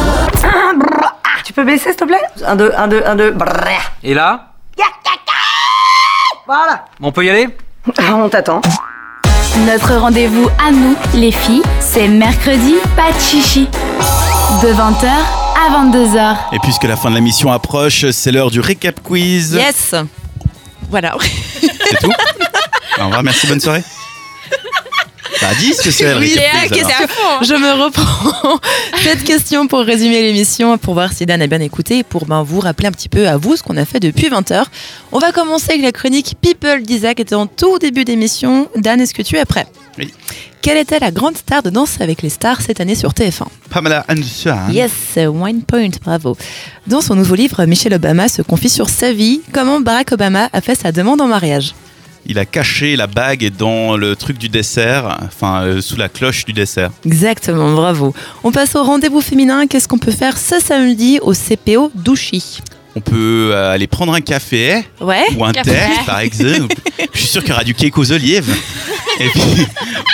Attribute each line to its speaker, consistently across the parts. Speaker 1: Ah. peux baisser, s'il te plaît Un, deux, un, deux, un, deux. Brrr.
Speaker 2: Et là
Speaker 1: Voilà.
Speaker 2: On peut y aller
Speaker 1: Ah, On t'attend.
Speaker 3: Notre rendez-vous à nous, les filles, c'est mercredi, pas de chichi. De 20h à 22h.
Speaker 4: Et puisque la fin de la mission approche, c'est l'heure du récap quiz.
Speaker 5: Yes Voilà.
Speaker 4: C'est tout Au revoir, merci, bonne soirée. Bah, dis ce que c'est le
Speaker 5: Oui,
Speaker 4: récap
Speaker 5: Léa,
Speaker 4: quiz,
Speaker 5: qu'est-ce
Speaker 4: alors.
Speaker 5: que- Je me reprends cette question pour résumer l'émission, pour voir si Dan a bien écouté et pour ben, vous rappeler un petit peu à vous ce qu'on a fait depuis 20h. On va commencer avec la chronique People d'Isa qui était en tout début d'émission. Dan, est-ce que tu es prêt
Speaker 4: Oui.
Speaker 5: Quelle était la grande star de Danse avec les stars cette année sur TF1
Speaker 4: Pamela Anderson.
Speaker 5: Yes, one point, bravo. Dans son nouveau livre, Michelle Obama se confie sur sa vie, comment Barack Obama a fait sa demande en mariage.
Speaker 4: Il a caché la bague dans le truc du dessert, enfin euh, sous la cloche du dessert.
Speaker 5: Exactement, bravo. On passe au rendez-vous féminin. Qu'est-ce qu'on peut faire ce samedi au CPO d'Ouchy
Speaker 4: On peut euh, aller prendre un café
Speaker 5: Ouais.
Speaker 4: ou un
Speaker 6: Café.
Speaker 4: thé, par exemple. Je suis sûr qu'il y aura du cake aux olives. Et puis,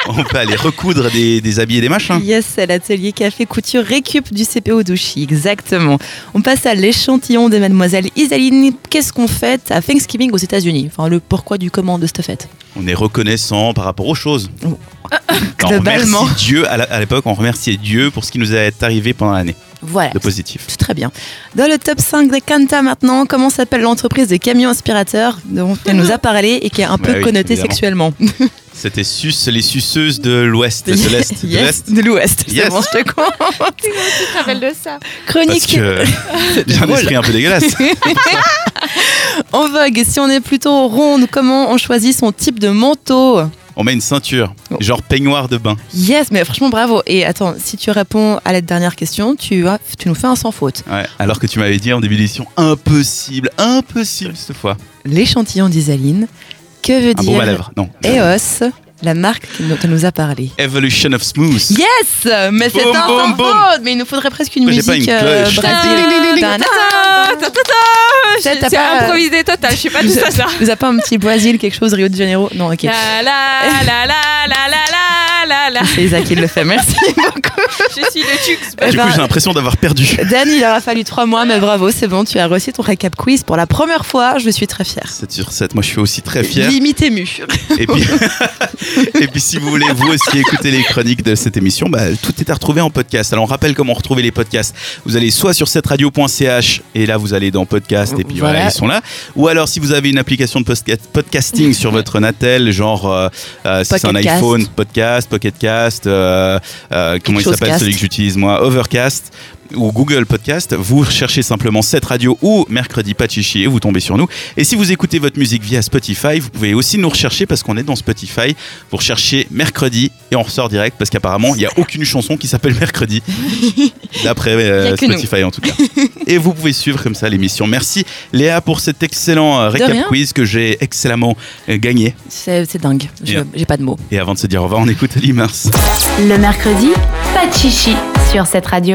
Speaker 4: on peut aller recoudre des, des habits et des machins.
Speaker 5: Yes, c'est l'atelier café couture récup du CPO d'Ouchy, exactement. On passe à l'échantillon de mademoiselle Isaline. Qu'est-ce qu'on fête à Thanksgiving aux États-Unis Enfin, le pourquoi du comment de cette fête.
Speaker 4: On est reconnaissant par rapport aux choses.
Speaker 5: Oh.
Speaker 4: On
Speaker 5: Globalement.
Speaker 4: remercie Dieu, à la- à l'époque, on remerciait Dieu pour ce qui nous est arrivé pendant l'année
Speaker 5: Voilà.
Speaker 4: de positif.
Speaker 5: Tout très bien. Dans le top 5 des Canta maintenant, comment s'appelle l'entreprise des camions aspirateurs dont elle nous a parlé et qui est un peu
Speaker 4: Bah oui,
Speaker 5: connotée
Speaker 4: évidemment.
Speaker 5: sexuellement
Speaker 4: C'était sus, les suceuses de l'ouest, de l'est, de
Speaker 5: Yes,
Speaker 4: l'est.
Speaker 5: de l'Ouest. C'est
Speaker 4: Yes.
Speaker 5: bon, je te compte.
Speaker 6: Tu te rappelles de ça
Speaker 4: Parce
Speaker 5: Chronique
Speaker 4: que j'ai un
Speaker 5: drôle.
Speaker 4: esprit un peu dégueulasse.
Speaker 5: en vogue. Si on est plutôt ronde, comment on choisit son type de manteau
Speaker 4: On met une ceinture,
Speaker 5: Oh.
Speaker 4: genre peignoir de bain.
Speaker 5: Yes, mais franchement, bravo. Et attends, si tu réponds à la dernière question, tu, as- tu nous fais un sans faute.
Speaker 4: Ouais. Alors que tu m'avais dit en début d'émission, impossible, impossible cette fois.
Speaker 5: L'échantillon d'Isaline, que veut
Speaker 4: Un bon à
Speaker 5: dire
Speaker 4: lèvres, non.
Speaker 5: EOS, la marque dont elle nous a parlé
Speaker 4: Evolution of Smooth.
Speaker 5: Yes Mais c'est un
Speaker 4: Boum, boum,
Speaker 5: sans
Speaker 4: boum.
Speaker 5: faute Mais il nous faudrait presque une
Speaker 4: Pourquoi j'ai
Speaker 5: musique
Speaker 4: pas une
Speaker 5: euh,
Speaker 4: cloche
Speaker 5: brésilienne. Tadam. Peut-être t'as
Speaker 6: C'est
Speaker 5: pas-
Speaker 6: improvisé total, je suis pas tout
Speaker 5: Vous
Speaker 6: ça. ça.
Speaker 5: a- Vous avez pas un petit Brésil, quelque chose, Rio de Janeiro Non, ok.
Speaker 6: La la la la la la la la la.
Speaker 5: C'est Isa qui le fait, merci beaucoup.
Speaker 6: Je suis le tux.
Speaker 5: Eh
Speaker 4: Du
Speaker 5: ben,
Speaker 4: coup, j'ai l'impression d'avoir perdu.
Speaker 5: Dan, il aura fallu trois mois, mais bravo, c'est bon, tu as réussi ton récap quiz pour la première fois, je suis très fière.
Speaker 4: 7 sur 7, moi je suis aussi très fier.
Speaker 5: Limite émue.
Speaker 4: Et puis, et puis si vous voulez vous aussi écouter les chroniques de cette émission, bah, tout est à retrouver en podcast. Alors on rappelle comment retrouver les podcasts. Vous allez soit sur cette radio.ch et là vous allez dans podcast et puis voilà.
Speaker 5: Voilà.
Speaker 4: ils sont là. Ou alors si vous avez une application de postca- podcasting sur votre Natel, genre euh, euh, si c'est un
Speaker 5: Pocket Cast.
Speaker 4: iPhone, podcast, Pocketcast, euh, euh, comment il
Speaker 5: chose
Speaker 4: s'appelle
Speaker 5: cast.
Speaker 4: celui que j'utilise moi, Overcast ou Google Podcast, vous recherchez simplement cette radio ou mercredi pas de chichi et vous tombez sur nous. Et si vous écoutez votre musique via Spotify, vous pouvez aussi nous rechercher parce qu'on est dans Spotify. Vous recherchez mercredi et on ressort direct parce qu'apparemment, il n'y a aucune chanson qui s'appelle mercredi. D'après euh,
Speaker 5: Il y a que
Speaker 4: Spotify en tout cas. Et vous pouvez suivre comme ça l'émission. Merci Léa pour cet excellent euh, récap
Speaker 5: rien.
Speaker 4: quiz que j'ai excellemment euh, gagné.
Speaker 5: C'est c'est dingue, Je-
Speaker 4: Bien.
Speaker 5: j'ai pas de mots.
Speaker 4: Et avant de se dire au revoir, on écoute Ali Mars.
Speaker 3: Le mercredi, pas de chichi sur cette radio.